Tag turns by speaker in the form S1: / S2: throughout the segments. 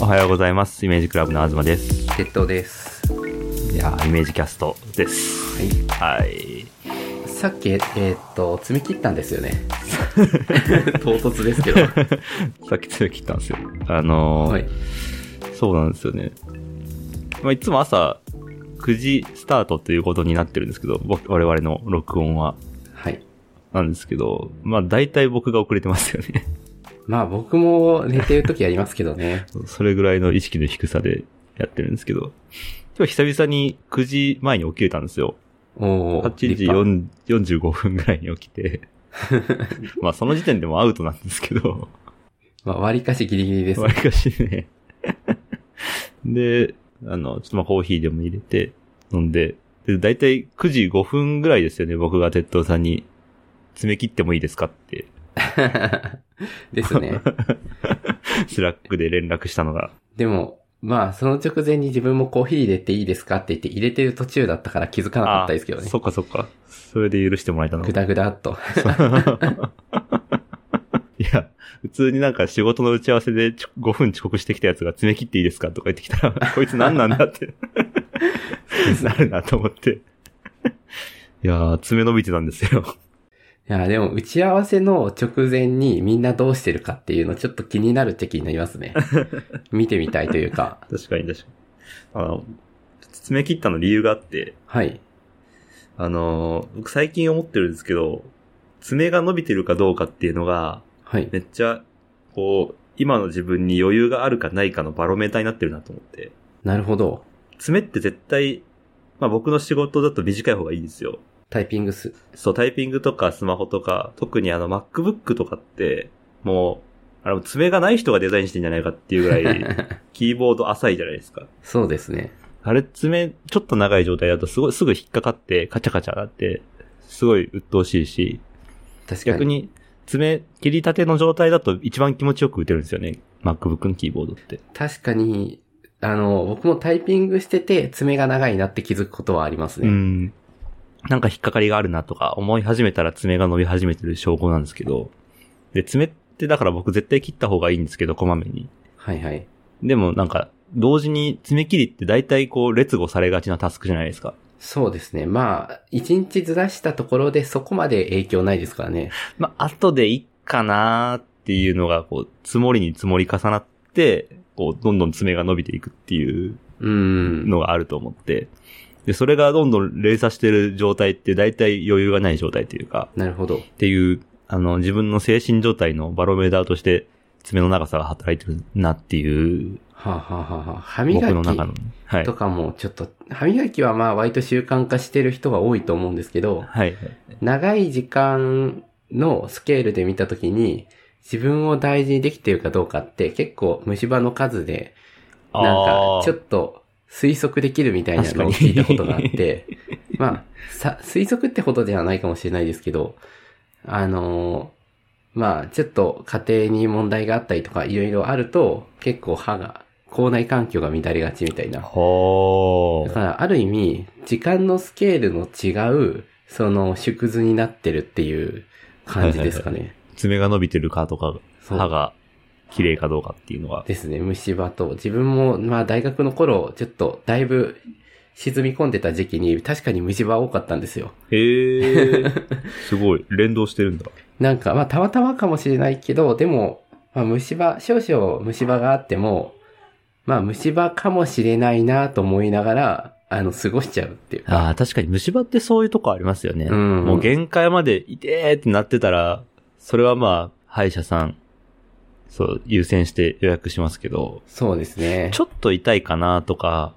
S1: おはようございます。イメージクラブの東です。
S2: 鉄塔です。
S1: いやーイメージキャストです。
S2: は
S1: はい。
S2: い。さっき、えーっと、詰め切ったんですよね。 唐突ですけど。
S1: さっきつ切ったんですよ。あのー
S2: はい。
S1: そうなんですよね。まあ、いつも朝9時スタートということになってるんですけど、僕我々の録音は。
S2: はい。
S1: なんですけど、まあ大体僕が遅れてますよね。
S2: まあ僕も寝てる時ありますけどね。
S1: それぐらいの意識の低さでやってるんですけど。今日久々に9時前に起きれたんですよ。
S2: おー
S1: 8時
S2: 立派
S1: 4 45分ぐらいに起き て。まあその時点でもアウトなんですけど。
S2: まあ割かしギリギリです
S1: わ。りかしね。で、あの、ちょっとまあコーヒーでも入れて、飲んで、で、だいたい9時5分ぐらいですよね、僕が鉄塔さんに、詰め切ってもいいですかって、
S2: ですね。
S1: スラックで連絡したのが。
S2: でも、まあその直前に自分もコーヒー入れていいですかって言って入れてる途中だったから気づかなかったですけど
S1: あ
S2: ね
S1: そ。っかそっか。それで許してもらえたの
S2: ぐ。だぐだ っと。
S1: いや、普通になんか仕事の打ち合わせでちょ5分遅刻してきたやつが詰め切っていいですかとか言ってきたら、 こいつ何なんだって、なるなと思 って。いやー、爪伸びてたんですよ。
S2: いや、でも打ち合わせの直前にみんなどうしてるかっていうのちょっと気になる時期になります ね。見てみたいというか。
S1: 確かに確かに。あの、詰め切ったの理由があって、
S2: はい。
S1: あのー、僕最近思ってるんですけど、爪が伸びてるかどうかっていうのが、
S2: はい。
S1: めっちゃ、こう、今の自分に余裕があるかないかのバロメーターになってるなと思って。
S2: なるほど。
S1: 爪って絶対、まあ僕の仕事だと短い方がいいんですよ。
S2: タイピング す。
S1: そう、タイピングとかスマホとか、特にあの MacBook とかって、もう、あの、爪がない人がデザインしてんじゃないかっていうぐらい、キーボード浅いじゃないですか。
S2: そうですね。
S1: あれ爪、ちょっと長い状態だとすごい、すぐ引っかかって、カチャカチャなって、すごい鬱陶しいし、
S2: 確かに。
S1: 逆に、爪、切りたての状態だと一番気持ちよく打てるんですよね。MacBook のキーボードって。
S2: 確かに、あの、僕もタイピングしてて爪が長いなって気づくことはあります
S1: う
S2: ね。
S1: ん。なんか引っかかりがあるなとか思い始めたら爪が伸び始めてる証拠なんですけど、で、爪ってだから僕絶対切った方がいいんですけど、こまめに。
S2: はいはい。
S1: でもなんか、同時に爪切りって大体こう、劣後されがちなタスクじゃないですか。
S2: そうですね。まあ、一日ずらしたところでそこまで影響ないですからね。
S1: まあ、後でいいかなーっていうのが、こう、積もりに積もり重なって、こう、どんどん爪が伸びていくっていう
S2: うん。
S1: のがあると思って、で、それがどんどん連鎖してる状態って大体余裕がない状態というか、
S2: なるほど。
S1: っていう、あの、自分の精神状態のバロメーターとして、爪の長さが働いてるなっていう、
S2: はあ、はあはあはあ、歯
S1: 僕
S2: 磨
S1: の中
S2: き
S1: の。はい
S2: と。かもちょっと、歯磨きはまあ割と習慣化してる人が多いと思うんですけど、
S1: はい。
S2: 長い時間のスケールで見たときに、自分を大事にできてるかどうかって結構虫歯の数で、なんかちょっ
S1: と、
S2: と推測できるみたいなのを
S1: 確か
S2: 聞
S1: に
S2: いたことが あって、まあ、さ、推測ってほどではないかもしれないですけど、あのーまあ、ちょっと家庭に問題があったりとかいろいろあると、結構歯が、口内環境が乱れがちみたいな。
S1: ほ
S2: だ
S1: ー。
S2: から、ある意味、時間のスケールの違う、その、縮図になってるっていう感じですかね。
S1: 爪が伸びてるかとか、
S2: そう
S1: 歯が綺麗かどうかっていうのが。
S2: ですね、虫歯と。自分も、まあ、大学の頃、ちょっと、だいぶ、沈み込んでた時期に、確かに虫歯多かったんですよ。
S1: へえ、 すごい。連動してるんだ。
S2: なんか、まあ、たまたまかもしれないけど、でも、まあ、虫歯、少々虫歯があっても、まあ、虫歯かもしれないなと思いながら、あの、過ごしちゃうっていうか。
S1: ああ、確かに虫歯ってそういうとこありますよね。
S2: うん
S1: もう限界まで痛えってなってたら、それはまあ、歯医者さん、そう、優先して予約しますけど、
S2: そうですね。
S1: ちょっと痛いかなとか、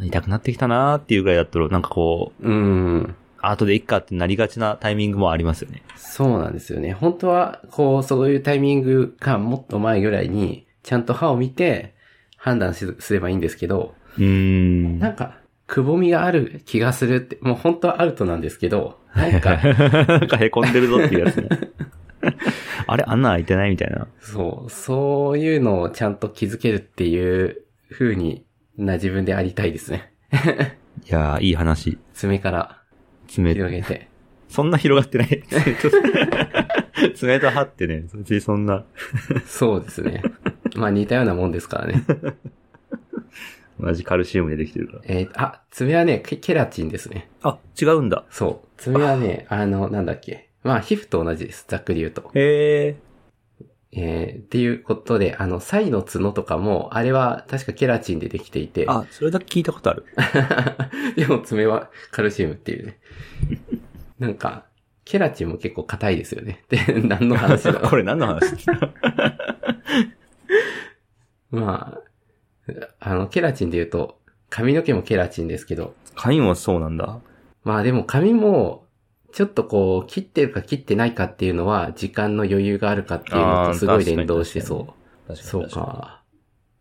S1: 痛くなってきたなっていうぐらいだったら、なんかこう、
S2: うん。
S1: アートでいっかってなりがちなタイミングもありますよね。
S2: そうなんですよね。本当は、こう、そういうタイミングがもっと前ぐらいに、ちゃんと歯を見て、判断しすればいいんですけど、
S1: うーん。
S2: なんか、くぼみがある気がするって、もう本当はアウトなんですけ ど、なんか、
S1: なんか凹んでるぞっていう やつね。あれ穴開いてないみたいな。
S2: そう、そういうのをちゃんと気づけるっていう風にな自分でありたいですね。
S1: いやー、いい話。
S2: 爪から
S1: 爪、
S2: 広げて。
S1: そんな広がって ない。爪と歯ってね、別にそんな。
S2: そうですね。まあ似たようなもんですからね。
S1: 同じカルシウムでできてるから。
S2: えーあ、爪はね、ケケラチンですね。
S1: あ、違うんだ。
S2: そう。爪 はね、あの、なんだっけ。まあ、皮膚と同じです。ざっくり言うと。
S1: へえ。
S2: えーっていうことで、あの、サイの角とかも、あれは確かケラチンでできていて、
S1: あ、それだけ聞いたことある。
S2: でも爪はカルシウムっていうね。 なんか、ケラチンも結構硬いですよね。で、 何の話だろう
S1: これ何の話
S2: まあ、あの、ケラチンで言うと、髪の毛もケラチンですけど、
S1: カインはそうなんだ。
S2: まあでも髪も、ちょっとこう、切ってるか切ってないかっていうのは、時間の余裕があるかっていうのとすごい連動して
S1: あー
S2: そう。
S1: 確
S2: そう。か。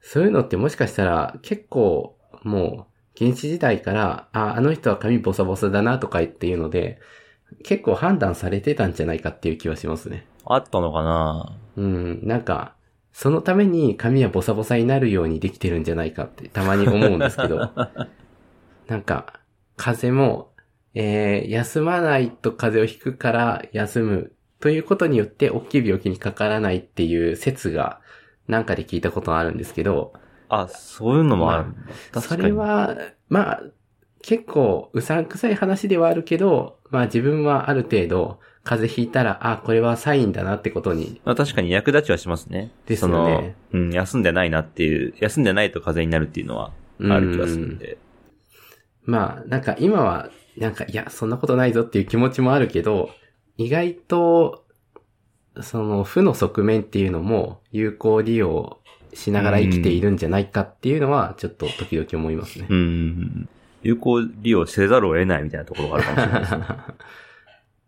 S2: そういうのってもしかしたら結構もう原始時代から、あ、あの人は髪ボサボサだなとかっていうので、結構判断されてたんじゃないかっていう気はしますね。
S1: あったのかな
S2: うん、なんか、そのために髪はボサボサになるようにできてるんじゃないかってたまに思うんです け ど、なんか、風邪も、えー、休まないと風邪をひくから休むということによって大きい病気にかからないっていう説がなんかで聞いたことあるんですけど、
S1: あ、そういうのもあるんだ。確か
S2: そ
S1: に。
S2: れは、まあ、結構うさんくさい話ではあるけど、まあ自分はある程度風邪ひいたら、あ、これはサインだなってことに
S1: まあ確かに役立ちはしますね。
S2: ですよね
S1: その、うん、休んでないなっていう、休んでないと風邪になるっていうのはある気がするんで。
S2: まあ、なんか今は、なんか、いや、そんなことないぞっていう気持ちもあるけど、意外と、その、負の側面っていうのも有効利用しながら生きているんじゃないかっていうのは、ちょっと時々思いますね
S1: う。ん。有効利用せざるを得ないみたいなところがあるかも しれないですね。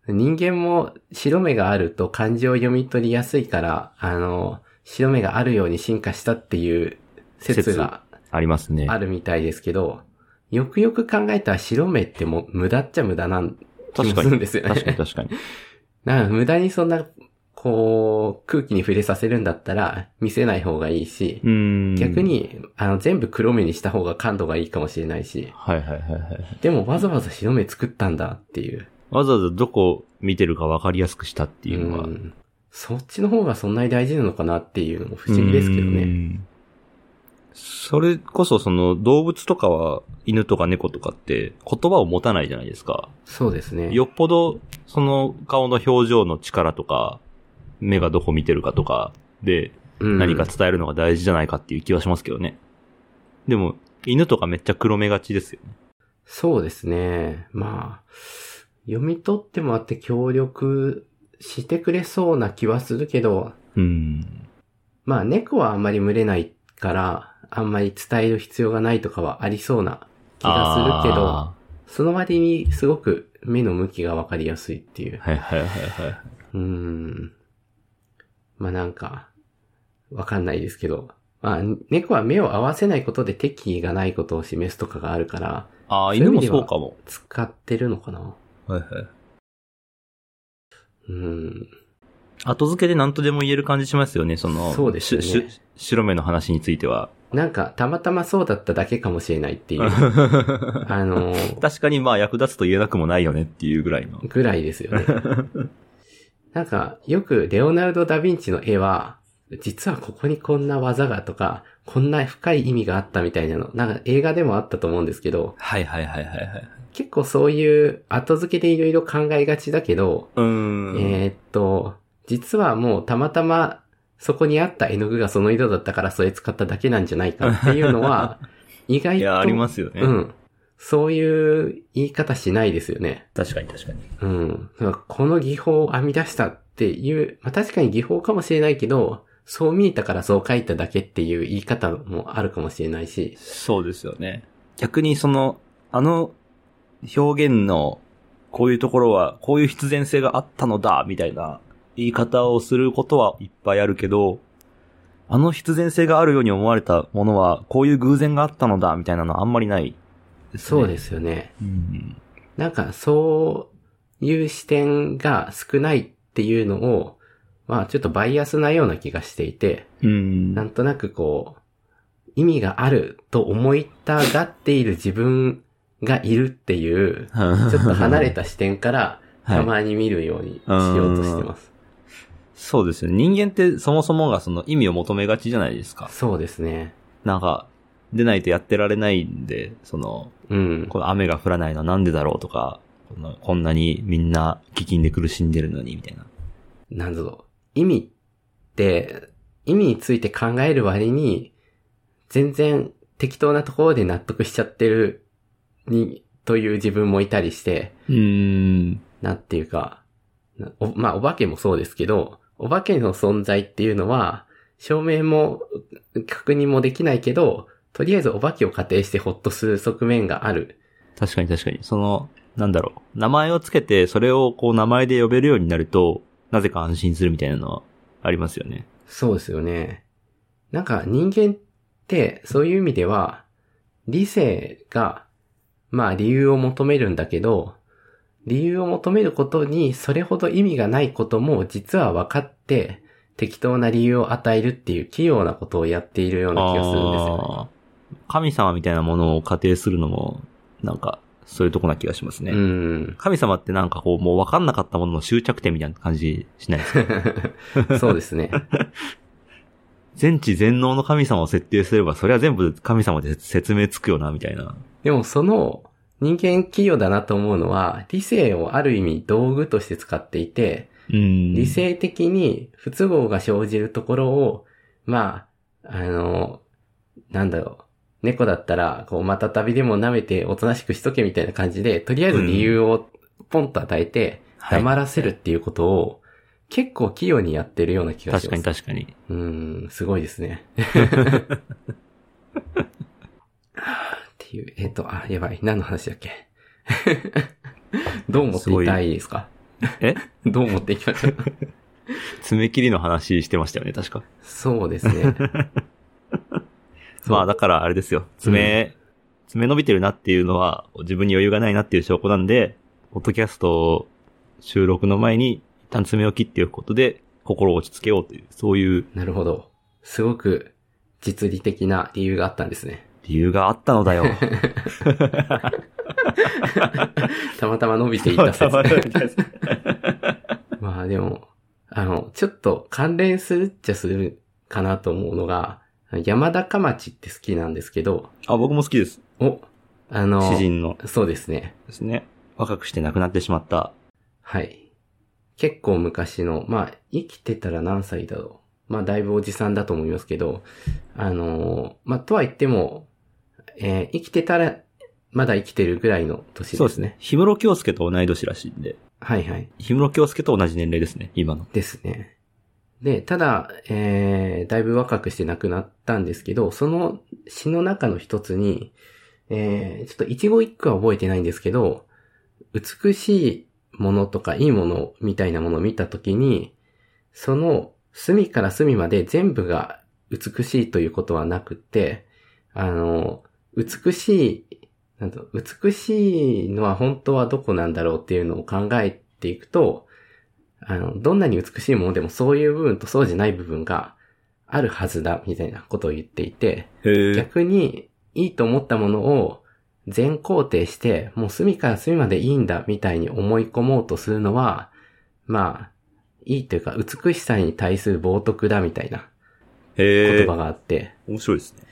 S2: 人間も白目があると漢字を読み取りやすいから、あの、白目があるように進化したっていう説が
S1: ありますね。
S2: あるみたいですけど、よくよく考えたら白目ってもう無駄っちゃ無駄なん
S1: 確
S2: 気も
S1: か
S2: するん
S1: に。
S2: ですよ
S1: 確かに
S2: ね。
S1: 確かに。
S2: なんか無駄にそんな、こう、空気に触れさせるんだったら見せない方がいいし、
S1: うん。
S2: 逆。に、あの、全部黒目にした方が感度がいいかもしれないし、
S1: はいはいはいはい。
S2: でもわざわざ白目作ったんだっていう。
S1: わざわざどこ見てるか分かりやすくしたっていうのは。
S2: んそっちの方がそんなに大事なのかなっていうのも不思議ですけど
S1: う
S2: ね。
S1: ん。それこそその動物とかは犬とか猫とかって言葉を持たないじゃないですか。
S2: そうですね。
S1: よっぽどその顔の表情の力とか、目がどこ見てるかとかで
S2: うん
S1: 何か伝えるのが大事じゃないかっていう気はしますけどね。でも犬とかめっちゃ黒目がちですよね。
S2: そうですね。まあ、読み取ってもらって協力してくれそうな気はするけど、
S1: うん。
S2: まあ猫はあんまり群れないから、あんまり伝える必要がないとかはありそうな気がするけど、
S1: あ
S2: その割にすごく目の向きがわかりやすいっていう
S1: ー。はいはいはいはい。
S2: うーん。まあなんか、わかんないですけど、まあ猫は目を合わせないことで敵意がないことを示すとかがあるから、
S1: ああ、
S2: そうい
S1: 犬
S2: う意
S1: も
S2: 味では
S1: そうかも。
S2: 使ってるのかな
S1: はいはい。
S2: うん。
S1: 後付けで何とでも言える感じしますよね、その、
S2: そうですよね
S1: しし白目の話について は。
S2: なんか、たまたまそうだっただけかもしれないって いう、
S1: 確
S2: あのー
S1: かにまあ役立つと言えなくもないよねっていうぐらいの。
S2: ぐらいですよね。なんか、よくレオナルド・ダ・ヴィンチの絵は、実はここにこんな技がとか、こんな深い意味があったみたいなの、なんか映画でもあったと思うんですけど、
S1: はいはいはいはいはい。
S2: 結構そういう後付けでいろいろ考えがちだけど、
S1: うーん。
S2: えーっと、実はもうたまたまそこにあった絵の具がその色だったからそれ使っただけなんじゃないかっていうの は、意外
S1: い
S2: と。
S1: や、ありますよね。
S2: うん。そういう言い方しないですよね。
S1: 確かに確かに。
S2: うん。だからこの技法を編み出したっていう、まあ確かに技法かもしれないけど、そう見えたからそう書いただけっていう言い方もあるかもしれないし。
S1: そうですよね。逆にその、あの表現のこういうところは、こういう必然性があったのだ、みたいな言い方をすることはいっぱいあるけど、あの必然性があるように思われたものは、こういう偶然があったのだ、みたいなのはあんまりないですね。
S2: そうですよね。
S1: うん。
S2: なんかそういう視点が少ないっていうのを、まあちょっとバイアスなような気がしていて、
S1: うん。
S2: なんとなくこう、意味があると思いたがっている自分がいるっていう、ちょっと離れた視点から、
S1: はい
S2: たまに見るようにしようとしてます。
S1: そうですよね。人間ってそもそもがその意味を求めがちじゃないですか。
S2: そうですね。
S1: なんか、でないとやってられないんで、その、
S2: うん。
S1: この雨が降らないのはなんでだろうとか、このこんなにみんな飢饉で苦しんでるのに、みたいな。
S2: なんだろう。意味って、意味について考える割に、全然適当なところで納得しちゃってるに、という自分もいたりして、
S1: うーん。
S2: なんていうか、なおまあ、お化けもそうですけど、お化けの存在っていうのは、証明も確認もできないけど、とりあえずお化けを仮定してほっとする側面がある。
S1: 確かに確かに。その、なんだろう。名前をつけて、それをこう名前で呼べるようになると、なぜか安心するみたいなのはありますよね。
S2: そうですよね。なんか人間って、そういう意味では、理性が、まあ理由を求めるんだけど、理由を求めることにそれほど意味がないことも実は分かって、適当な理由を与えるっていう器用なことをやっているような気がするんですよね。
S1: あー神様みたいなものを仮定するのも、なんか、そういうとこな気がしますね。
S2: うん。
S1: 神様ってなんかこう、もう分かんなかったものの終着点みたいな感じしないですか
S2: そうですね。
S1: 全知全能の神様を設定すれば、それは全部神様で説明つくよな、みたいな。
S2: でもその人間器用だなと思うのは、理性をある意味道具として使っていて、
S1: うん。
S2: 理性的に不都合が生じるところを、まあ、あの、なんだろう。猫だったら、こう、また旅でも舐めておとなしくしとけみたいな感じで、とりあえず理由をポンと与えて、
S1: はい
S2: 黙らせるっていうことを、結構器用にやってるような気がし
S1: 確
S2: ま
S1: かに
S2: す。
S1: 確かに。
S2: うーん、すごいですね。っていう、えっ、と、あ、やばい、何の話だっけ どう持っていたいですか
S1: え
S2: どう持っていきましょう
S1: 爪切りの話してましたよね、確か。
S2: そうですね。
S1: まあだからあれですよ。爪、爪伸びてるなっていうのは自分に余裕がないなっていう証拠なんで、ポッドキャストを収録の前に一旦爪を切っておくことで心を落ち着けようという、そういう
S2: なるほど。すごく実利的な理由があったんですね。
S1: 理由があったのだよ。
S2: たまたま伸びていた説。
S1: は
S2: まあでも、あの、ちょっと関連するっちゃするかなと思うのが、山高町って好きなんですけど、
S1: あ、僕も好きです。
S2: お、あの、
S1: 詩人の
S2: そうですね。
S1: ですね。若くして亡くなってしまった。
S2: はい。結構昔の、まあ、生きてたら何歳だろう。まあ、だいぶおじさんだと思いますけど、あのーまあ、とは言っても、えー生きてたら、まだ生きてるぐらいの年ですね。
S1: そうですね。。氷室京介と同い年らしいんで。
S2: はいはい。
S1: 氷室京介と同じ年齢ですね、今の。
S2: ですね。で、ただ、えー、だいぶ若くして亡くなったんですけど、その詩の中の一つに、えー、ちょっと一語一句は覚えてないんですけど、美しいものとかいいものみたいなものを見たときに、その隅から隅まで全部が美しいということはなくて、あの、美しい、なんだろう美しいのは本当はどこなんだろうっていうのを考えていくと、あの、どんなに美しいものでもそういう部分とそうじゃない部分があるはずだみたいなことを言っていて、
S1: へえ。
S2: 逆にいいと思ったものを全肯定して、もう隅から隅までいいんだみたいに思い込もうとするのは、まあ、いいというか美しさに対する冒涜だみたいな
S1: へ
S2: 言
S1: え
S2: 葉。があって、
S1: 面白いですね。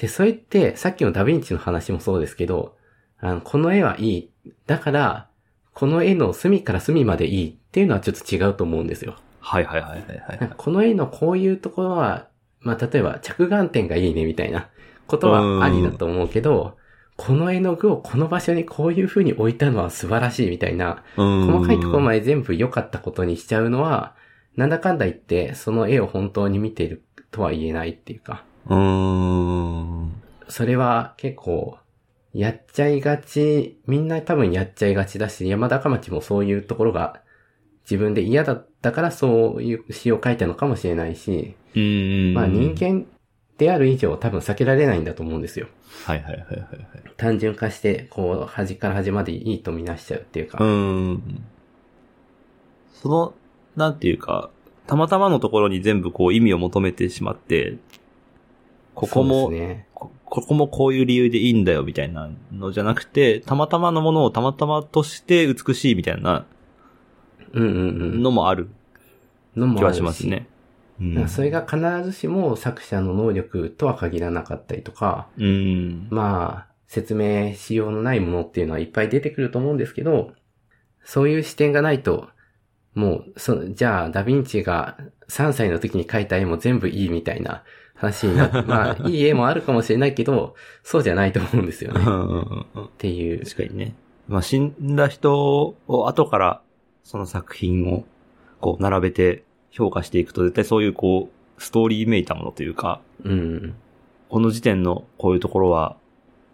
S2: で、それって、さっきのダヴィンチの話もそうですけど、あの、この絵はいい。だから、この絵の隅から隅までいいっていうのはちょっと違うと思うんですよ。
S1: はいはいはいはいはい、は
S2: なん
S1: い
S2: か。この絵のこういうところは、まあ、例えば着眼点がいいねみたいなことはありだと思うけど、この絵の具をこの場所にこういう風に置いたのは素晴らしいみたいな、 細
S1: 細
S2: かいところま
S1: で。
S2: で全部良かったことにしちゃうのは、なんだかんだ言って、その絵を本当に見ているとは言えないっていうか。
S1: うーん。
S2: それは結構、やっちゃいがち、みんな多分やっちゃいがちだし、山高町もそういうところが自分で嫌だったからそういう詩を書いたのかもしれないし、
S1: うーん。
S2: まあ人。間である以上多分避けられないんだと思うんですよ。
S1: はいはいはいはいはい。
S2: 単純化して、こう、端から端までいいとみなしちゃうっていうか。
S1: うーん。その、なんていうか、たまたまのところに全部こう意味を求めてしまって、ここ
S2: そう
S1: も、
S2: ですね。
S1: こここもこういう理由でいいんだよみたいなのじゃなくて、たまたまのものをたまたまとして美しいみたいな
S2: うんうんうん。
S1: のもある
S2: のも
S1: 気
S2: あ
S1: は
S2: るし。
S1: しますね。う
S2: だから
S1: ん。
S2: それが必ずしも作者の能力とは限らなかったりとか、
S1: うん。
S2: まあ、説明しようのないものっていうのはいっぱい出てくると思うんですけど、そういう視点がないと、もう、その、じゃあ、ダヴィンチが3歳の時に描いた絵も全部いいみたいな話に なって、まあ、いい絵もあるかもしれないけど、そうじゃないと思うんですよ
S1: う
S2: ね。
S1: ん
S2: っ
S1: うんうんうん
S2: ていう。
S1: 確かにね。まあ、死んだ人を後から、その作品を、こう、並べて評価していくと、絶対そういう、こう、ストーリーめいたものというか、
S2: うん。
S1: この時点のこういうところは、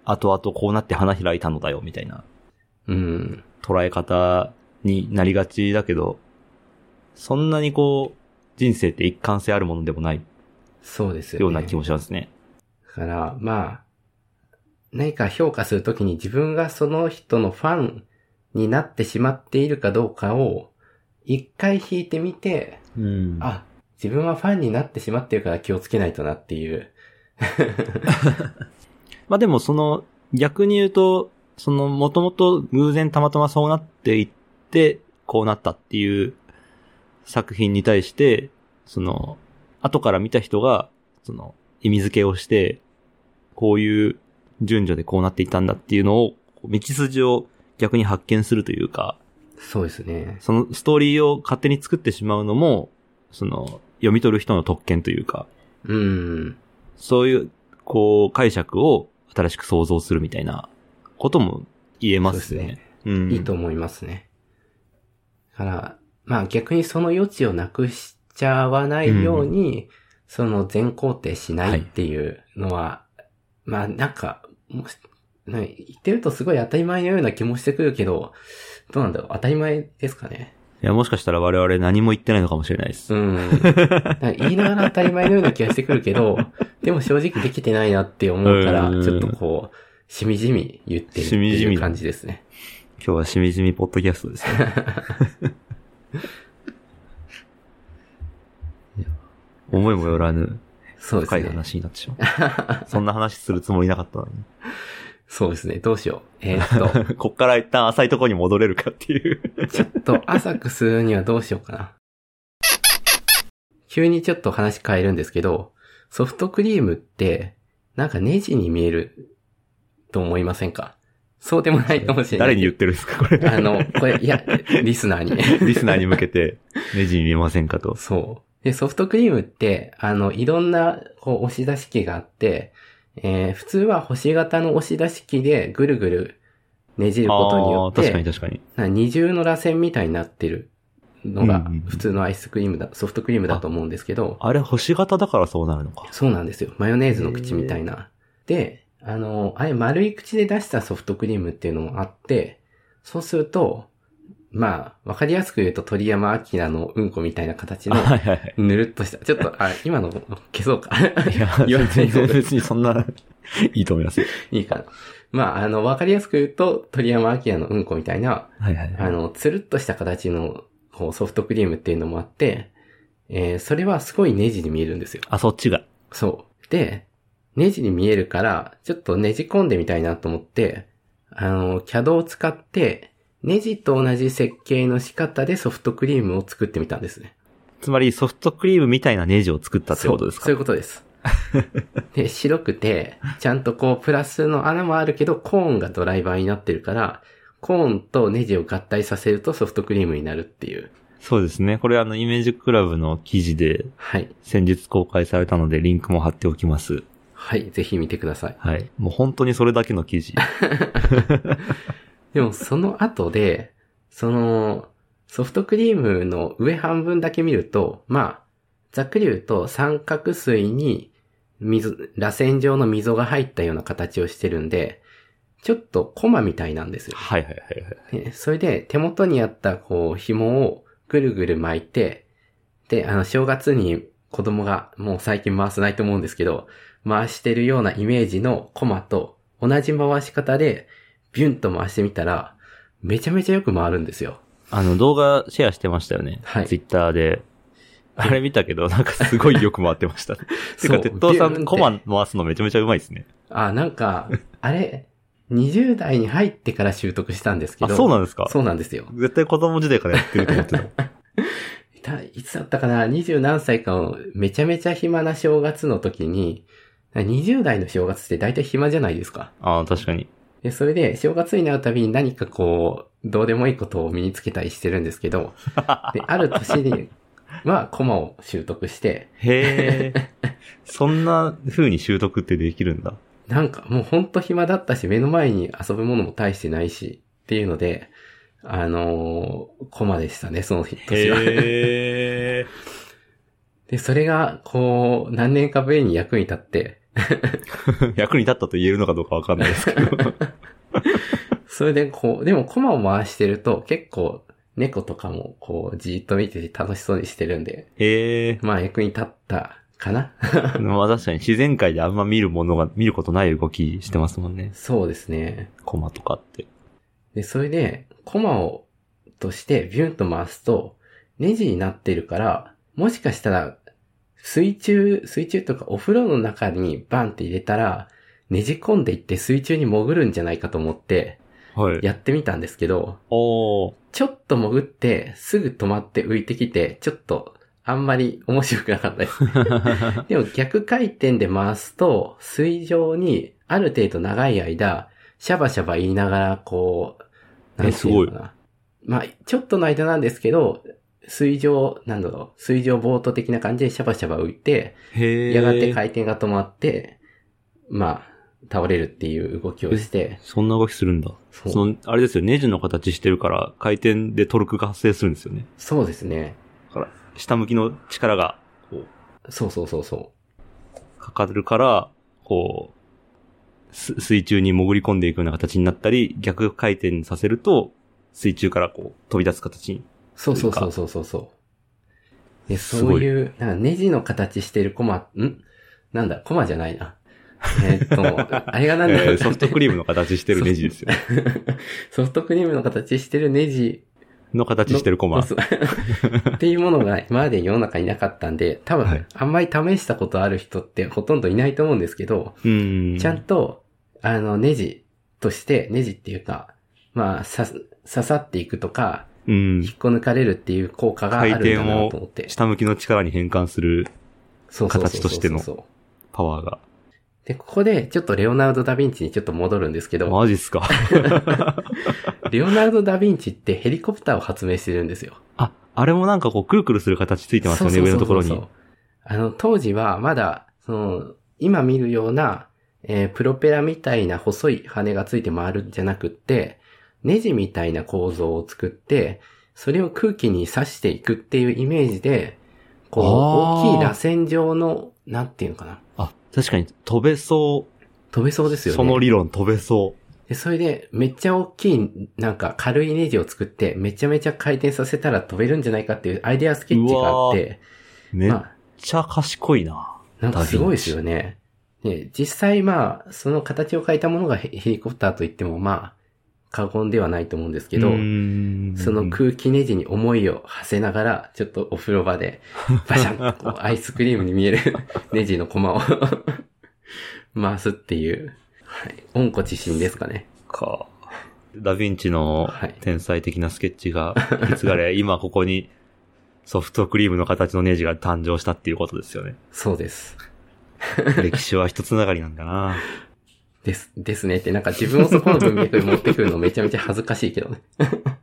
S1: 後々こうなって花開いたのだよ、みたいな
S2: うん。
S1: 捉え方になりがちだけど、そんなにこう、人生って一貫性あるものでもない
S2: そうですよね。
S1: ような気もしますね。
S2: だから、まあ、何か評価するときに自分がその人のファンになってしまっているかどうかを、一回引いてみて、
S1: うん
S2: あ、自分はファンになってしまってるから気をつけないとなっていう。
S1: まあでもその、逆に言うと、その、もともと偶然たまたまそうなっていって、こうなったっていう作品に対して、その、後から見た人が、その、意味付けをして、こういう順序でこうなっていたんだっていうのを、道筋を逆に発見するというか、
S2: そうですね。
S1: そのストーリーを勝手に作ってしまうのも、その、読み取る人の特権というか、
S2: うん。
S1: そういう、こう、解釈を新しく想像するみたいなことも言えますよね。うん。
S2: いいと思いますね。だから、まあ逆にその余地をなくしちゃわないように、その全肯定しないっていうのは、まあなんか、もしなんか言ってるとすごい当たり前のような気もしてくるけど、どうなんだろう当たり前ですかね。
S1: いや、もしかしたら我々何も言ってないのかもしれないです。
S2: うん。なんか言いながら当たり前のような気がしてくるけど、でも正直できてないなって思うから
S1: う、ん
S2: ちょっとこう、しみじみ言ってるって
S1: しみじ
S2: い
S1: み
S2: う
S1: だ
S2: 感じですね。
S1: 今日はしみじみポッドキャストですね。 いや思いもよらぬ
S2: そうです
S1: 深い
S2: ね。
S1: 話になってしまう。そんな話するつもりなかったの
S2: そうですね。どうしよう。えーっと。
S1: に。こっから一旦浅いところに戻れるかっていう。
S2: ちょっと浅くするにはどうしようかな。急にちょっと話変えるんですけど、ソフトクリームって、なんかネジに見えると思いませんかそうでもないかもしれない。
S1: 誰に言ってるんですか、これ。
S2: あの、これ、いや、リスナーに。
S1: リスナーに向けて、ネジに見えませんかと。
S2: そう。で、ソフトクリームって、あの、いろんな、こう、押し出し器があって、えー普通は星型の押し出し器でぐるぐるねじることによって、
S1: あー確かに確かに。
S2: なんか二重の螺旋みたいになってるのが
S1: うんうんうん
S2: 普通のアイスクリームだ、ソフトクリームだと思うんですけど、
S1: あれ、星型だからそうなるのか。
S2: そうなんですよ。マヨネーズの口みたいな。で、あの、あれ丸い口で出したソフトクリームっていうのもあって、そうすると、まあ、わかりやすく言うと鳥山明のうんこみたいな形の
S1: あ、はいはいはい。
S2: ぬるっとした、ちょっと、あ、今の消そうか。
S1: いや、
S2: 言わない
S1: 全然別にそんな、いいと思いますよ。
S2: いいかな。まあ、あの、わかりやすく言うと、鳥山明のうんこみたいな
S1: はいはい
S2: あの、つるっとした形のこうソフトクリームっていうのもあって、えーそれはすごいネジに見えるんですよ。
S1: あ、そっちが。
S2: そう。で、ネジに見えるから、ちょっとねじ込んでみたいなと思って、あの、CAD を使って、ネジと同じ設計の仕方でソフトクリームを作ってみたんですね。
S1: つまりソフトクリームみたいなネジを作ったってことです
S2: そうそうい
S1: か
S2: うこ とです。で、白くて、ちゃんとこう、プラスの穴もあるけど、コーンがドライバーになってるから、コーンとネジを合体させるとソフトクリームになるっていう。
S1: そうですね。これあの、イメージクラブの記事で
S2: はい。
S1: 先日公開されたので、リンクも貼っておきます。
S2: はい、ぜひ見てください。
S1: はい。もう本当にそれだけの記 事。
S2: でもその後で、その、ソフトクリームの上半分だけ見ると、まあ、ざっくり言うと三角錐に溝、螺旋状の溝が入ったような形をしてるんで、ちょっとコマみたいなんですよ。
S1: はいはいはいはい。
S2: ねそれで手元にあったこう紐をぐるぐる巻いて、で、あの正月に子供がもう最近回さないと思うんですけど、回してるようなイメージのコマと同じ回し方でビュンと回してみたら、めちゃめちゃよく回るんですよ。
S1: あの、動画シェアしてましたよね。
S2: はい
S1: ツイッターで。あれ見たけど、なんかすごいよく回ってま した。て
S2: そう
S1: か、鉄道さ
S2: ビュンって
S1: ん、コマ回すのめちゃめちゃうまいですね。
S2: あ、なんか、あれ、20代に入ってから習得したんですけ
S1: あ、
S2: ど。
S1: そうなんですか
S2: そうなんですよ。
S1: 絶対子供時代からやってると思ってた。
S2: いた、いつだったかな、二十何歳かをめちゃめちゃ暇な正月の時に、20代の正月って大体暇じゃないですか。
S1: ああ、確かに。
S2: で、それで、正月になるたびに何かこう、どうでもいいことを身につけたりしてるんですけど、で、ある年には、コマを習得して、
S1: へえ。そんな風に習得ってできるんだ。
S2: なんかもうほんと暇だったし、目の前に遊ぶものも大してないし、っていうので、あのーコマでしたね、その年は。
S1: へえ。
S2: で、それが、こう、何年かぶりに役に立って、
S1: 役に立ったと言えるのかどうかわかんないですけ ど。
S2: それでこう、でもコマを回してると、結構、猫とかも、こう、じーっと見てて楽しそうにしてるんで、
S1: へえ。
S2: まあ役に立ったかな
S1: まあ確かに自然界であんま見るものが、見ることない動きしてますもんね。
S2: そうですね。
S1: コマとかって。
S2: で、それで、コマを、としてビュンと回すと、ネジになってるから、もしかしたら、水中、水中とかお風呂の中にバンって入れたら、ねじ込んでいって水中に潜るんじゃないかと思って、
S1: はい。
S2: やってみたんですけど、
S1: おー。
S2: ちょっと潜って、すぐ止まって浮いてきて、ちょっと、あんまり面白くなかった です。でも逆回転で回すと、水上にある程度長い間、シャバシャバ言いながら、こう、なんてうのかな。まあ、ちょっとの間なんですけど、水上、なんだろう、水上ボート的な感じでシャバシャバ浮いて、
S1: へえ。
S2: やがて回転が止まって、まあ、倒れるっていう動きをして、
S1: そんな動きするんだ。
S2: そう
S1: その、あれですよ、ネジの形してるから、回転でトルクが発生するんですよね。
S2: そうですね。
S1: だから、下向きの力が
S2: そうそうそうそう。
S1: かかるから、こう、す水中に潜り込んでいくような形になったり、逆回転させると、水中からこう、飛び出す形に。
S2: そうそう
S1: という
S2: そ
S1: か
S2: うそうそうそう。で、
S1: すご
S2: そ
S1: いう
S2: いう、なんかネジの形してるコマ、んなんだ、コマじゃないな。えー っと、あれがなんだろう、
S1: えーソフトクリームの形してるネジですよ。
S2: ソフトクリームの形してるネジ
S1: の形
S2: の。
S1: してるコマ。
S2: そう っていうものが今まで世の中になかったんで、多分、
S1: はい
S2: あんまり試したことある人ってほとんどいないと思うんですけど、
S1: うん。
S2: ちゃんと、あの、ネジとして、ネジっていうか、まあ、さ、刺さっていくとか、
S1: うん。
S2: 引っこ抜かれるっていう効果があるんだなと思って。
S1: 下向きの力に変換する
S2: そうそうそうそう
S1: 形としての
S2: そうそう
S1: パワーが。
S2: で、ここでちょっとレオナルド・ダ・ヴィンチにちょっと戻るんですけど、
S1: マジっすか。
S2: レオナルド・ダ・ヴィンチってヘリコプターを発明してるんですよ。
S1: あ、あれもなんかこう、くるくるする形ついてますよね、
S2: そう
S1: 上
S2: そ
S1: の
S2: うそ
S1: と
S2: う
S1: こ
S2: そ
S1: ろ
S2: う
S1: に。。
S2: あの、当時はまだ、その、今見るような、えープロペラみたいな細い羽がついて回るんじゃなくって、ネジみたいな構造を作って、それを空気に刺していくっていうイメージで、こう、
S1: あー
S2: 大きい螺旋状の、なんていうのかな。
S1: あ、確かに飛べそう。
S2: 飛べそうですよね。
S1: その理論飛べそ
S2: で、それで、めっちゃ大きい、なんか軽いネジを作って、めちゃめちゃ回転させたら飛べるんじゃないかっていうアイデアスケッチがあって、
S1: う。めっ
S2: まあ、
S1: ちゃ賢いな。
S2: なんかすごいですよね。で、実際まあ、その形を変えたものがヘヘリコプターといってもまあ、過言ではないと思うんですけど、その空気ネジに思いを馳せながら、ちょっとお風呂場で、バシャン とこうアイスクリームに見える ネジのコマを 回すっていう、はい、温故知新ですかね。
S1: か。ダヴィンチの
S2: はい
S1: 天才的なスケッチが引き継がれ、 今ここにソフトクリームの形のネジが誕生したっていうことですよね。
S2: そうです。
S1: 歴史は一つながりなんだな。
S2: です、ですねって、なんか自分をそこの文脈に持ってくるのめちゃめちゃ恥ずかしいけどね。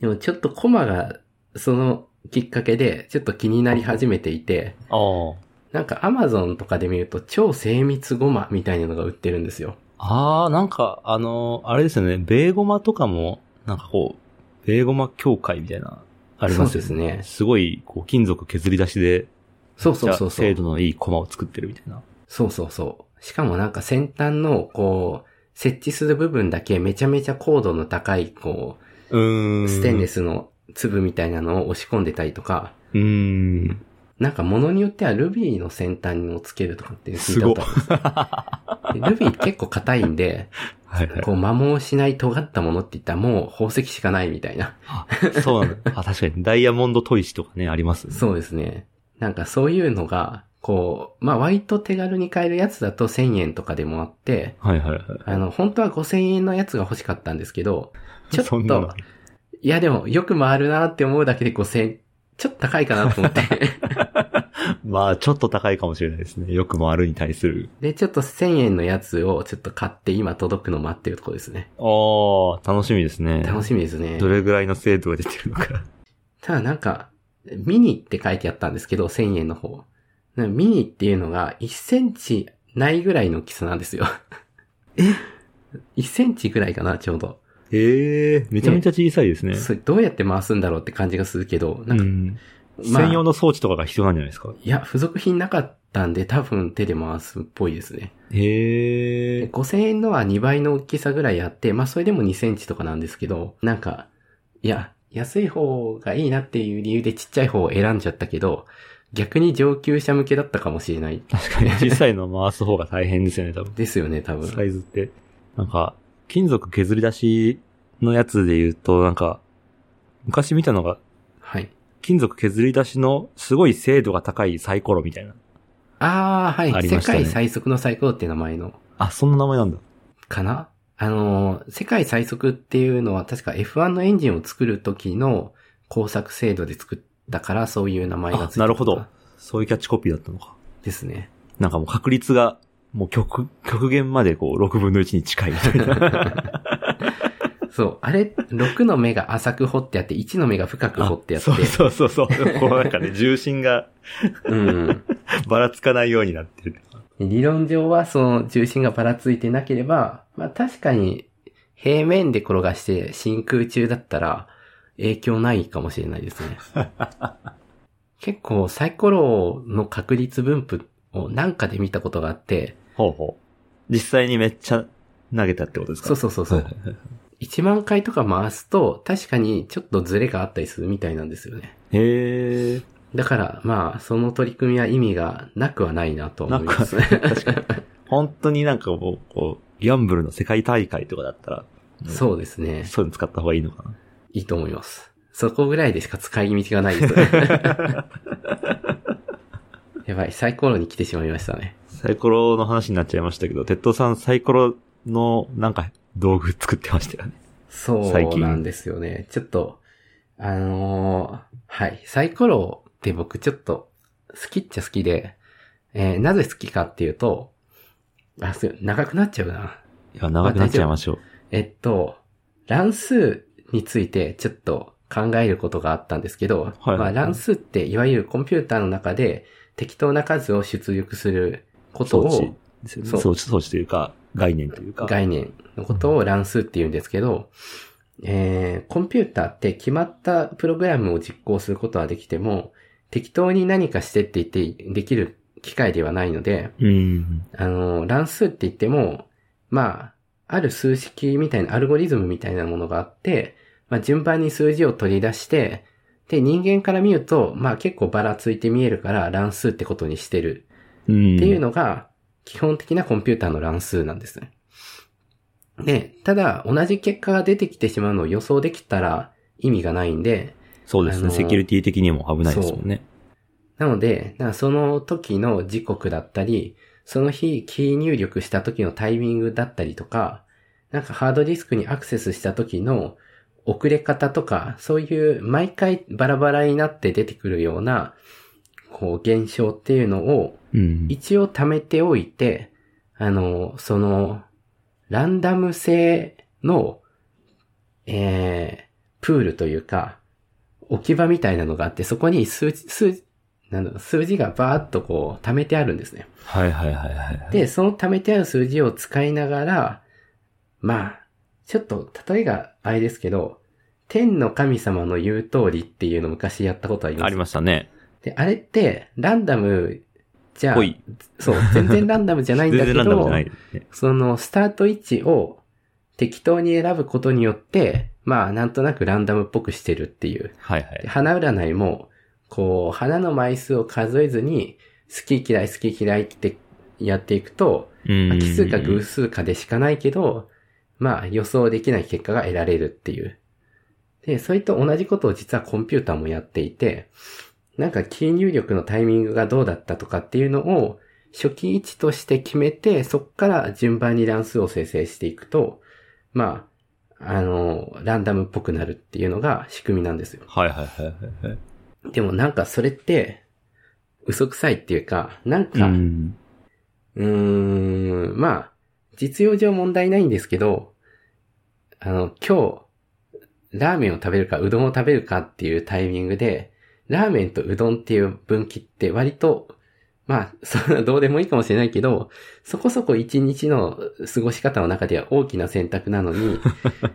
S2: でもちょっとコマが、そのきっかけで、ちょっと気になり始めていて、
S1: ああ。
S2: なんか Amazon とかで見ると超精密ゴマみたいなのが売ってるんですよ。
S1: ああ、なんか、あの、あれですよね、ベーゴマとかも、なんかこう、ベーゴマ協会みたいな、ありますよね。
S2: そうですね
S1: すごい、こう、金属削り出しで、
S2: そうそうそうそ
S1: 精
S2: う
S1: 度。のいいコマを作ってるみたいな。
S2: そうそうそう。しかもなんか先端の、こう、設置する部分だけめちゃめちゃ高度の高い、こ
S1: うー
S2: う、
S1: ん。
S2: ステンレ
S1: ス。
S2: スの粒みたいなのを押し込んでたりとか、
S1: うーん。
S2: なんか物によってはルビーの先端をつけるとかって聞いたことあるんです。ルビー結構硬いんで、
S1: はい はい。
S2: こう摩耗しない尖ったものって言ったらもう宝石しかないみたいな。
S1: あそうなんだ。あ、確かに。ダイヤモンド砥石とかね、あります、ね。
S2: そうですね。なんかそういうのが、こう、まあ割と手軽に買えるやつだと1000円とかでもあって、
S1: はいはいはい。
S2: あの、本当は5000円のやつが欲しかったんですけど、ちょっ
S1: そんなの
S2: と
S1: ある
S2: いやでも、よく回るなって思うだけで5000円、ちょっと高いかなと思って。
S1: まあ、ちょっと高いかもしれないですね。よく回るに対する。
S2: で、ちょっと1000円のやつをちょっと買って今届くの待ってるとこですね。
S1: ああ、楽しみですね。
S2: 楽しみですね。
S1: どれぐらいの精度が出てるの か。
S2: ただなんか、ミニって書いてあったんですけど、1000円の方。なんかミニっていうのが1センチないぐらいの大きさなんですよ。 え ?1 センチぐらいかな、ちょうど。
S1: ええめちゃめちゃ小さいですね。
S2: それどうやって回すんだろうって感じがするけど、
S1: う
S2: なんか、
S1: ん。
S2: まあ
S1: 専用の装置とかが必要なんじゃないですか。
S2: いや、付属品なかったんで多分手で回すっぽいですね。
S1: え
S2: で
S1: え
S2: 5000円のは2倍の大きさぐらいあって、まあそれでも2センチとかなんですけど、なんか、いや、安い方がいいなっていう理由でちっちゃい方を選んじゃったけど、逆に上級者向けだったかもしれない。
S1: 確かに小さいの回す方が大変ですよね、多分。
S2: ですよね、多
S1: サ
S2: 分。
S1: イズって。なんか、金属削り出しのやつで言うと、なんか、昔見たのが、
S2: はい。
S1: 金属削り出しのすごい精度が高いサイコロみたいな。
S2: ああ、はい、
S1: あり
S2: 世
S1: ましたね
S2: 界最速のサイコロって名前の、
S1: あ、そんな名前なんだ。
S2: かなあのー、世界最速っていうのは確か F1 のエンジンを作る時の工作制度で作ったからそういう名前がついて
S1: あなるほど。そういうキャッチコピーだったのか。
S2: ですね。
S1: なんかもう確率が、もう極、極限までこう、6分の1に近いみたい な。
S2: そう。あれ、6の目が浅く掘ってあって、1の目が深く掘ってあって。
S1: そうそうそうそう。こうなんかね、重心が
S2: うん。
S1: ばらつかないようになってる。
S2: 理論上は、その重心がばらついてなければ、まあ確かに、平面で転がして真空中だったら、影響ないかもしれないです ね。結構、サイコロの確率分布をなんかで見たことがあって、
S1: ほうほう。実際にめっちゃ投げたってことですか
S2: そうそうそうそ
S1: は
S2: う。1万回とか回すと、確かにちょっとズレがあったりするみたいなんですよね。
S1: へえ。
S2: だから、まあ、その取り組みは意味がなくはないなと思います。
S1: な確かに。本当になんかもう、こう、ギャンブルの世界大会とかだったら、
S2: そうですね。
S1: そういうの使った方がいいのかな。
S2: いいと思います。そこぐらいでしか使い道がないですね。やばい、サイコロに来てしまいましたね。
S1: サイコロの話になっちゃいましたけど、鉄道さんサイコロのなんか道具作ってましたよね。
S2: そうなんですよね。ちょっと、あのーはい、サイコロって僕ちょっと好きっちゃ好きで、えーなぜ好きかっていうと、あ、す長くなっちゃうな。
S1: いや、長くなっちゃいましょう。
S2: えっと、乱数についてちょっと考えることがあったんですけど、
S1: はい
S2: まあ、乱数っていわゆるコンピューターの中で適当な数を出力すること
S1: 装置
S2: を、
S1: ですよね。
S2: そう
S1: 装置、装置というか、概念というか。
S2: 概念のことを乱数って言うんですけど、えーコンピューターって決まったプログラムを実行することはできても、適当に何かしてって言ってできる機械ではないので、
S1: うん。
S2: あの、乱数って言っても、まあ、ある数式みたいな、アルゴリズムみたいなものがあって、まあ順番に数字を取り出して、で、人間から見ると、まあ結構ばらついて見えるから乱数ってことにしてる
S1: うん。
S2: っていうのが、基本的なコンピューターの乱数なんですね。で、ただ、同じ結果が出てきてしまうのを予想できたら意味がないんで、
S1: そうです
S2: あ
S1: ね。
S2: のー
S1: セキュリティ的にも危ないですもんね。
S2: なので、なんかその時の時刻だったり、その日キー入力した時のタイミングだったりとか、なんかハードディスクにアクセスした時の遅れ方とか、そういう毎回バラバラになって出てくるような、こう現象っていうのを
S1: うん。
S2: 一応貯めておいて、あの、その、ランダム性の、えー、プールというか、置き場みたいなのがあって、そこに数字、数、なんだろう数字がバーっとこう、貯めてあるんですね。
S1: はいはいはいはい。、
S2: で、その貯めてある数字を使いながら、まあ、ちょっと、例えがあれですけど、天の神様の言う通りっていうのを昔やったことあります。
S1: ありましたね。
S2: で、あれって、ランダムじゃ
S1: ぽ、い。
S2: そう、全然ランダムじゃないん
S1: 全
S2: だけ
S1: 然ランダムじゃ
S2: ど
S1: な、いですね。
S2: そのスタート位置を適当に選ぶことによって、まあなんとなくランダムっぽくしてるっていう。
S1: はいは
S2: で
S1: い。
S2: 花占いも、こう、花の枚数を数えずに、好き嫌い好き嫌いってやっていくと、まあ奇数か偶数かでしかないけど、まあ予想できない結果が得られるっていう。で、それと同じことを実はコンピューターもやっていて、なんかキー入力のタイミングがどうだったとかっていうのを初期位置として決めて、そこから順番に乱数を生成していくと、まあ、あの、ランダムっぽくなるっていうのが仕組みなんですよ。
S1: はいはいはいはい。
S2: でもなんかそれって、嘘くさいっていうか、なんか、うーん、
S1: ん。
S2: んまあ、実用上問題ないんですけど、あの、今日、ラーメンを食べるか、うどんを食べるかっていうタイミングで、ラーメンとうどんっていう分岐って割と、まあ、そんなどうでもいいかもしれないけど、そこそこ一日の過ごし方の中では大きな選択なのに、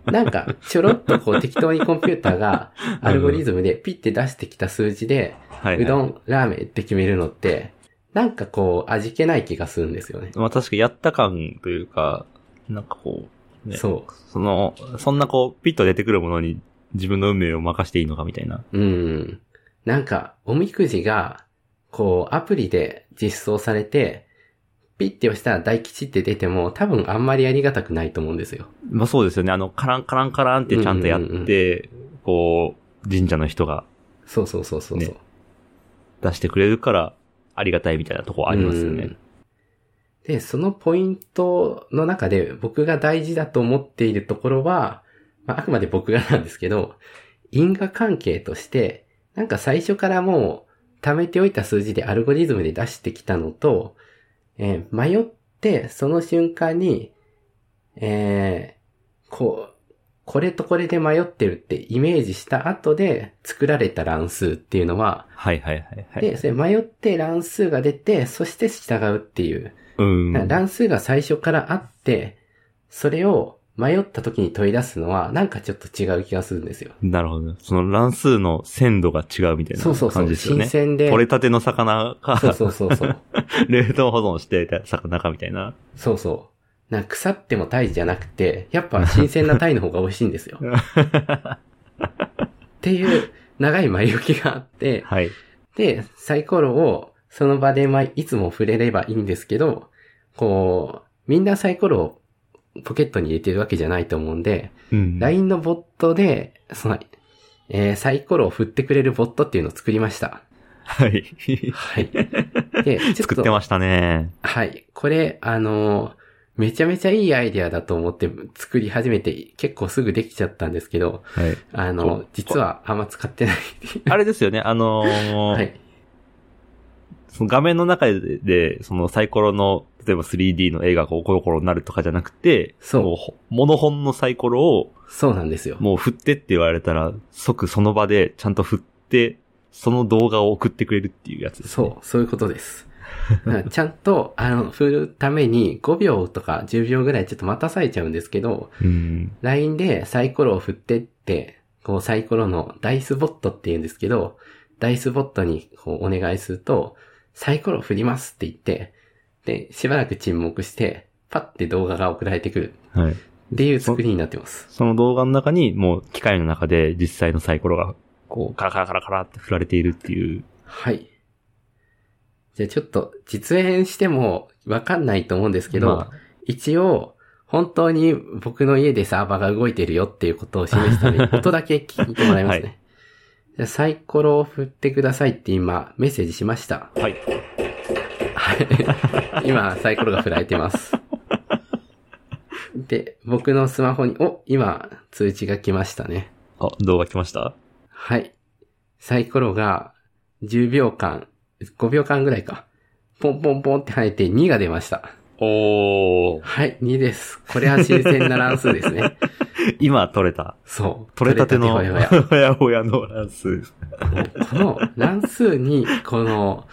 S2: なんかちょろっとこう適当にコンピューターがアルゴリズムでピッて出してきた数字で、
S1: はいう
S2: ど
S1: はい。
S2: ん、ラーメンって決めるのって、なんかこう、味気ない気がするんですよね。
S1: まあ確かやった感というか、なんかこう、ね、
S2: そ
S1: その、そんなこう、ピッと出てくるものに自分の運命を任していいのかみたいな。
S2: う。うん。なんか、おみくじが、こう、アプリで実装されて、ピッて押したら大吉って出ても、多分あんまりありがたくないと思うんですよ。
S1: まあそうですよね。あの、カランカランカランってちゃんとやって、
S2: うんうん
S1: こう、神社の人が
S2: そうそうそうそうそう。
S1: ね出してくれるから、ありがたいみたいなとこありますよ
S2: う
S1: ね
S2: ん。。で、そのポイントの中で僕が大事だと思っているところは、まあ、あくまで僕がなんですけど、因果関係として、なんか最初からもう貯めておいた数字でアルゴリズムで出してきたのと、えー迷ってその瞬間に、えーこう、これとこれで迷ってるってイメージした後で作られた乱数っていうのは、
S1: はいはいはいはい。
S2: で、それ迷って乱数が出て、そして従うっていう。
S1: うん。
S2: だから乱数が最初からあって、それを迷った時に取り出すのは、なんかちょっと違う気がするんですよ。
S1: なるほど。その乱数の鮮度が違うみたいな
S2: そうそうそ
S1: 感
S2: う。
S1: じですよ
S2: 新
S1: ね。
S2: 鮮で。
S1: 取れたての魚か、
S2: そうそうそう そう。
S1: 冷凍保存してた魚かみたいな。
S2: そうそう。なんか腐ってもタイじゃなくて、やっぱ新鮮なタイの方が美味しいんで すよ。っていう長い前置きがあって、
S1: はい。
S2: で、サイコロをその場でまあいつも触れればいいんですけど、こう、みんなサイコロをポケットに入れてるわけじゃないと思うんで、
S1: うん。
S2: LINE のボットで、その、えーサイコロを振ってくれるボットっていうのを作りました。
S1: はい。
S2: はい。 で、ちょっと
S1: 作ってましたね。
S2: はい。これ、あのーめちゃめちゃいいアイデアだと思って作り始めて結構すぐできちゃったんですけど、
S1: はい。
S2: あのー実はあんま使ってない。
S1: あれですよね、あのー
S2: はい。
S1: その画面の中で、でそのサイコロの、例えば 3D の絵がこうコロコロになるとかじゃなくて、
S2: そう
S1: もほモノ本のサイコロを
S2: そうなんですよ。
S1: もう振ってって言われたら、即その場でちゃんと振って、その動画を送ってくれるっていうやつですね。
S2: そう、そういうこ とです。だからちゃんと、あの、振るために5秒とか10秒ぐらいちょっと待たされちゃうんですけど、
S1: う。うん。
S2: LINE でサイコロを振ってって、こうサイコロのダイスボットって言うんですけど、ダイスボットにこうお願いすると、サイコロ振りますって言って、で、しばらく沈黙して、パッて動画が送られてくる
S1: はい。
S2: っていう作りになってます。
S1: その動画の中に、もう機械の中で実際のサイコロが、こう、カラカラカラカラって振られているっていう。
S2: はい。じゃあちょっと実演してもわかんないと思うんですけど、
S1: ま
S2: 一応、本当に僕の家でサーバーが動いてるよっていうことを示すために、音だけ聞いてもらいますね。じゃあサイコロを振ってくださいって今、メッセージしました。
S1: あ、はい。
S2: はい。今、サイコロが振られてます。で、僕のスマホに、お、今、通知が来ましたね。
S1: あ、動画来ました
S2: はい。サイコロが、10秒間、5秒間ぐらいか。ポンポンポンって跳ねて2が出ました。
S1: おー。
S2: はい、2です。これは新鮮な乱数ですね。
S1: 今撮れた。
S2: そう。
S1: 撮れたての、
S2: 取れた てほや
S1: ほやほやのランス。
S2: ほやもうこの乱数に、この、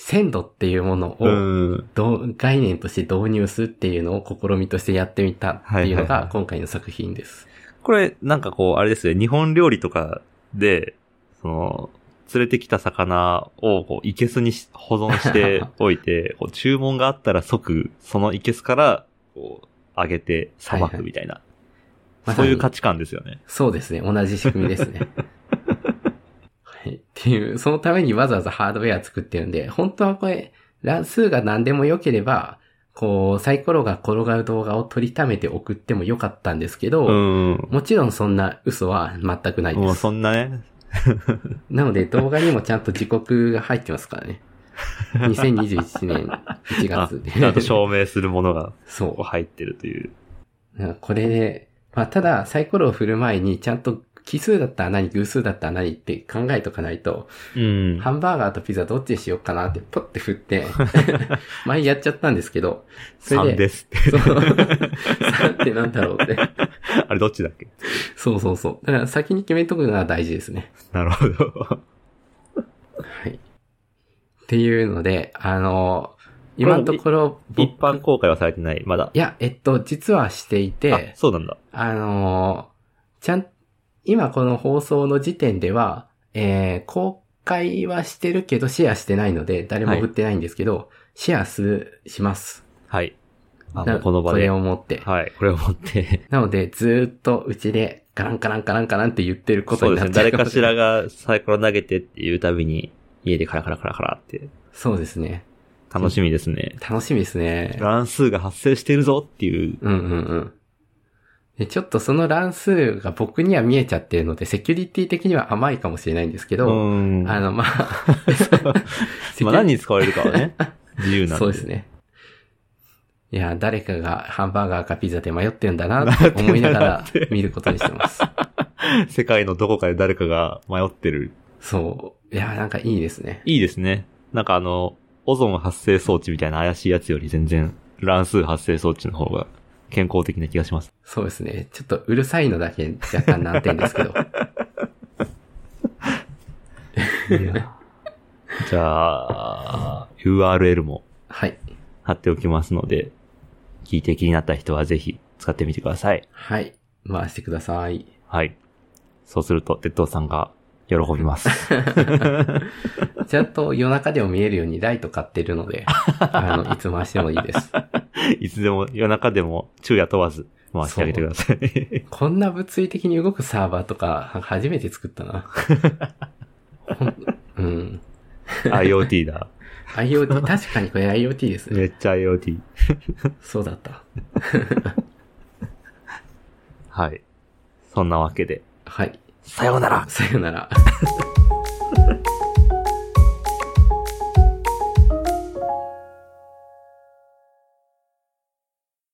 S2: 鮮度っていうもの
S1: う
S2: を、
S1: ん。
S2: どう概念として導入するっていうのを試みとしてやってみたっていうの
S1: はいはいは
S2: が
S1: い
S2: 今回の作品です。
S1: これ、なんかこう、あれですね、日本料理とかで、その、連れてきた魚を、こう、いけすにし保存しておいて、 こう注文があったら即、そのいけすから、こう、揚げて、さばくみたいな。
S2: はい
S1: そういう価値観ですよね。
S2: そうですね。同じ仕組みです ね。はい。っていう、そのためにわざわざハードウェア作ってるんで、本当はこれ、乱数が何でも良ければ、こう、サイコロが転がる動画を取りためて送っても良かったんですけど、
S1: うん。
S2: もちろんそんな嘘は全くないです。
S1: もうそんなね、
S2: なので動画にもちゃんと時刻が入ってますから ね。2021年1
S1: あ
S2: 月で。
S1: ちゃんと証明するものが
S2: そ
S1: こう入ってるという。
S2: う。これで、まあ、ただ、サイコロを振る前に、ちゃんと奇数だったら何、偶数だったら何って考えとかないと、
S1: うん。
S2: ハンバーガーとピザどっちにしようかなって、ポッて振って、前やっちゃったんですけど、それ
S1: 3
S2: で、
S1: ですって。
S2: そう、3ってなんだろうって。
S1: あれどっちだっけ
S2: そうそうそう。だから先に決めとくのは大事ですね。
S1: なるほど。
S2: はい。っていうので、あの、今のところ、
S1: 一
S2: 僕
S1: 般公開はされてない、まだ。
S2: いや、えっと、実はして
S1: あ
S2: いて、
S1: そうなんだ。
S2: あのーちゃん、今この放送の時点では、えー公開はしてるけどシェアしてないので、誰も
S1: はい
S2: 送ってないんですけど、シェアする、します。
S1: はい。あ、
S2: な
S1: もうこの場
S2: これ
S1: で。
S2: を持って。
S1: はい。これを持って。
S2: なので、ずーっとうちで、カランカランカランカランって言ってるこ
S1: そう
S2: とに
S1: で
S2: な
S1: す
S2: っ
S1: ね。
S2: ちゃう
S1: 誰
S2: かも
S1: か
S2: し
S1: し
S2: れない
S1: らがサイコロ投げてっていうたびに、家でカラカラカラカラって、
S2: そうですね。
S1: 楽しみですね。
S2: 楽しみですね。
S1: 乱数が発生してるぞっていう。
S2: うんうんうん。でちょっとその乱数が僕には見えちゃってるので、セキュリティ的には甘いかもしれないんですけ
S1: う
S2: ど、
S1: ん。
S2: あ
S1: まあ
S2: の、まあ、 セキュリティ
S1: 何に使われるかは ね、自由なんで。
S2: そうですね。いや、誰かがハンバーガーかピザで迷ってんだなって思いながら見ることにしてます。
S1: 世界のどこかで誰かが迷ってる。
S2: そう。いや、なんかいいですね。
S1: いいですね。なんかあの、オゾン発生装置みたいな怪しいやつより全然乱数発生装置の方が健康的な気がします。
S2: そうですね。ちょっとうるさいのだけ若干難点です けど。
S1: じゃあ、URL も
S2: はい。
S1: 貼っておきますので、聞いて気になった人はぜひ使ってみてください。
S2: はい。回してください。
S1: はい。そうすると、鉄道さんが喜びます。
S2: ちゃんと夜中でも見えるようにライト買ってるの で、あの、いつ回してもいいです。
S1: いつでも夜中でも昼夜問わず回してあげてください。
S2: こんな物理的に動くサーバーとか、なんか初めて作った な。ほんうん。
S1: IoT だ。
S2: IoT、確かにこれ IoT ですね。
S1: めっちゃ IoT。
S2: そうだった。
S1: はい。そんなわけで、
S2: はい。
S1: さようなら
S2: さよなら。